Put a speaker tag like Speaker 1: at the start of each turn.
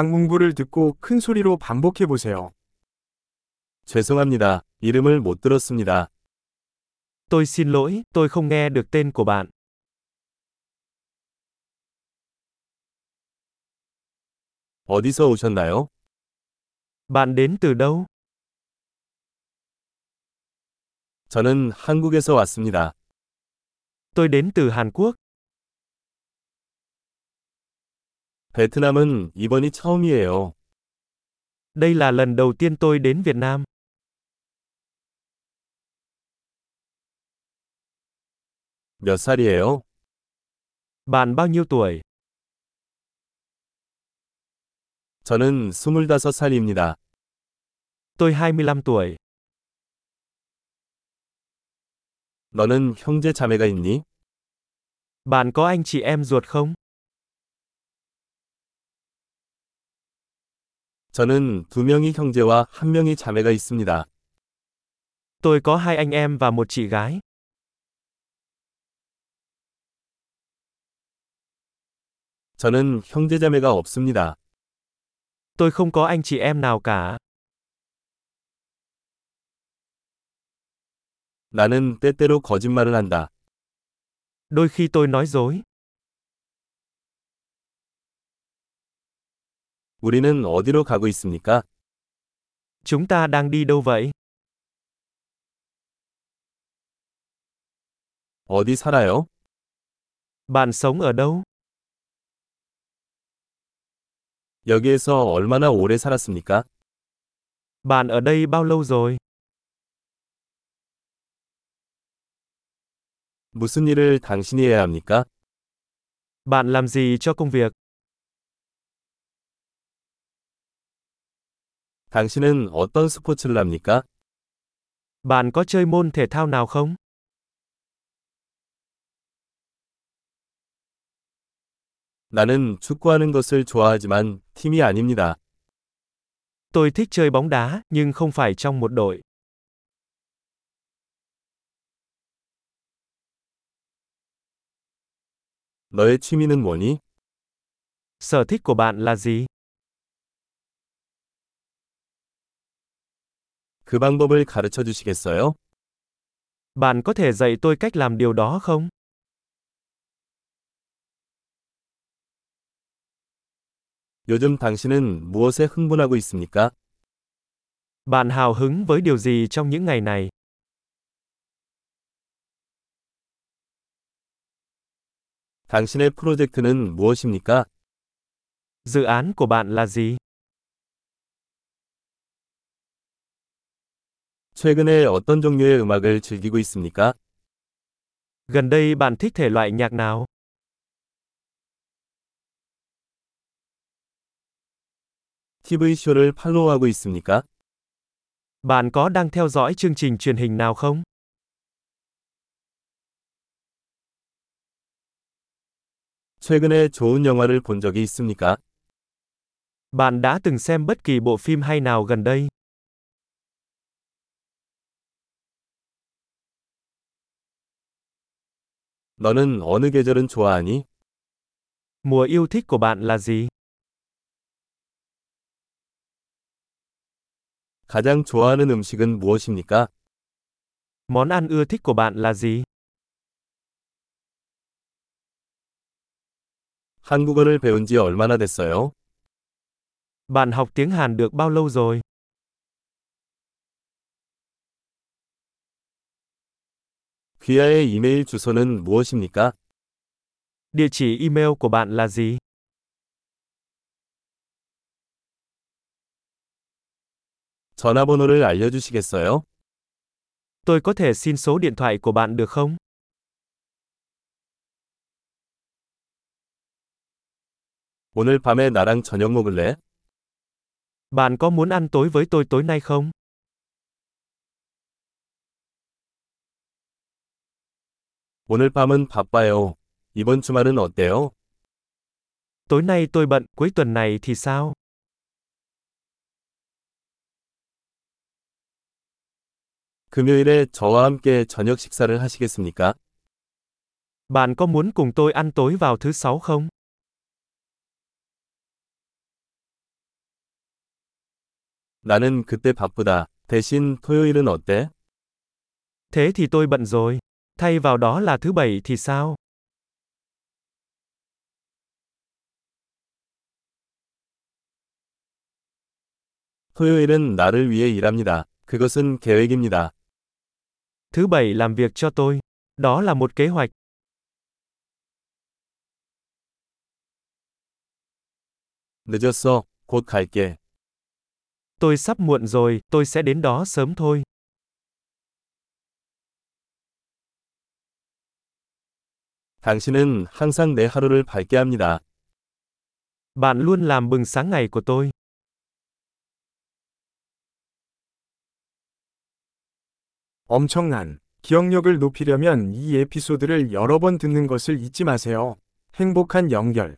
Speaker 1: 강문부를 듣고 큰 소리로 반복해 보세요.
Speaker 2: 죄송합니다. 이름을 못 들었습니다.
Speaker 3: Tôi xin lỗi, tôi không nghe được tên của bạn.
Speaker 2: 어디서 오셨나요?
Speaker 3: Bạn đến từ đâu?
Speaker 2: 저는 한국에서 왔습니다.
Speaker 3: Tôi đến từ Hàn Quốc.
Speaker 2: 베트남은 이번이 처음이에요.
Speaker 3: Đây là lần đầu tiên tôi đến Việt Nam.
Speaker 2: 몇 살이에요?
Speaker 3: Bạn bao nhiêu tuổi?
Speaker 2: 저는 25살입니다.
Speaker 3: Tôi 25 tuổi.
Speaker 2: 너는 형제 자매가 있니?
Speaker 3: Bạn có anh chị em ruột không?
Speaker 2: 저는 두 명이 형제와 한 명이 자매가 있습니다.
Speaker 3: Tôi có hai anh em và một chị gái.
Speaker 2: 저는 형제 자매가 없습니다.
Speaker 3: Tôi không có anh chị em nào cả.
Speaker 2: 나는 때때로 거짓말을 한다.
Speaker 3: Đôi khi tôi nói dối.
Speaker 2: 우리는 어디로 가고 있습니까?
Speaker 3: Chúng ta đang đi đâu vậy?
Speaker 2: 어디 살아요?
Speaker 3: Bạn sống ở đâu?
Speaker 2: 여기에서 얼마나 오래 살았습니까?
Speaker 3: Bạn ở đây bao lâu rồi?
Speaker 2: 무슨 일을 당신이 해야 합니까?
Speaker 3: Bạn làm gì cho công việc?
Speaker 2: 당신은 어떤 스포츠를 합니까?
Speaker 3: Bạn có chơi môn thể thao nào không?
Speaker 2: 나는 축구하는 것을 좋아하지만 팀이 아닙니다.
Speaker 3: Tôi thích chơi bóng đá, nhưng không phải trong một đội.
Speaker 2: 너의 취미는 뭐니?
Speaker 3: Sở thích của bạn là gì?
Speaker 2: 그 방법을 가르쳐 주시겠어요?
Speaker 3: Bạn có thể dạy tôi cách làm điều đó không?
Speaker 2: 요즘 당신은 무엇에 흥분하고 있습니까?
Speaker 3: Bạn hào hứng với điều gì trong những ngày này?
Speaker 2: 당신의 프로젝트는 무엇입니까?
Speaker 3: Dự án của bạn là gì?
Speaker 2: 최근에 어떤 종류의 음악을 즐기고 있습니까?
Speaker 3: Gần đây bạn thích thể loại nhạc nào?
Speaker 2: TV쇼를 팔로우하고 있습니까?
Speaker 3: Bạn có đang theo dõi chương trình truyền hình nào không?
Speaker 2: 최근에 좋은 영화를 본 적이 있습니까?
Speaker 3: Bạn đã từng xem bất kỳ bộ phim hay nào gần đây?
Speaker 2: 너는 어느 계절은 좋아하니?
Speaker 3: Mùa yêu thích của bạn là gì?
Speaker 2: 가장 좋아하는 음식은 무엇입니까?
Speaker 3: Món ăn ưa thích của bạn là gì?
Speaker 2: 한국어를 배운 지 얼마나 됐어요?
Speaker 3: Bạn học tiếng Hàn được bao lâu rồi?
Speaker 2: 귀하의 이메일 주소는 무엇입니까?
Speaker 3: Địa chỉ email của bạn là gì?
Speaker 2: 전화번호를 알려주시겠어요?
Speaker 3: Tôi có thể xin số điện thoại của bạn được không?
Speaker 2: 오늘 밤에 나랑 저녁 먹을래?
Speaker 3: Bạn có muốn ăn tối với tôi tối nay không?
Speaker 2: 오늘 밤은 바빠요. 이번 주말은 어때요?
Speaker 3: Tối nay tôi bận, cuối tuần này thì sao?
Speaker 2: 금요일에 저와 함께 저녁 식사를 하시겠습니까?
Speaker 3: Bạn có muốn cùng tôi ăn tối vào thứ sáu không?
Speaker 2: 나는 그때 바쁘다. 대신 토요일은 어때?
Speaker 3: Thế thì tôi bận rồi. Thay vào đó là thứ bảy thì sao?
Speaker 2: 토요일은 나를 위해 일합니다. 그것은 계획입니다.
Speaker 3: Thứ bảy làm việc cho tôi. Đó là một kế hoạch.
Speaker 2: 늦었어. 곧 갈게.
Speaker 3: Tôi sắp muộn rồi, tôi sẽ đến đó sớm thôi.
Speaker 2: 당신은 항상 내 하루를 밝게 합니다.
Speaker 3: Bạn luôn làm bừng sáng ngày của tôi.
Speaker 1: 엄청난 기억력을 높이려면 이 에피소드를 여러 번 듣는 것을 잊지 마세요. 행복한 연결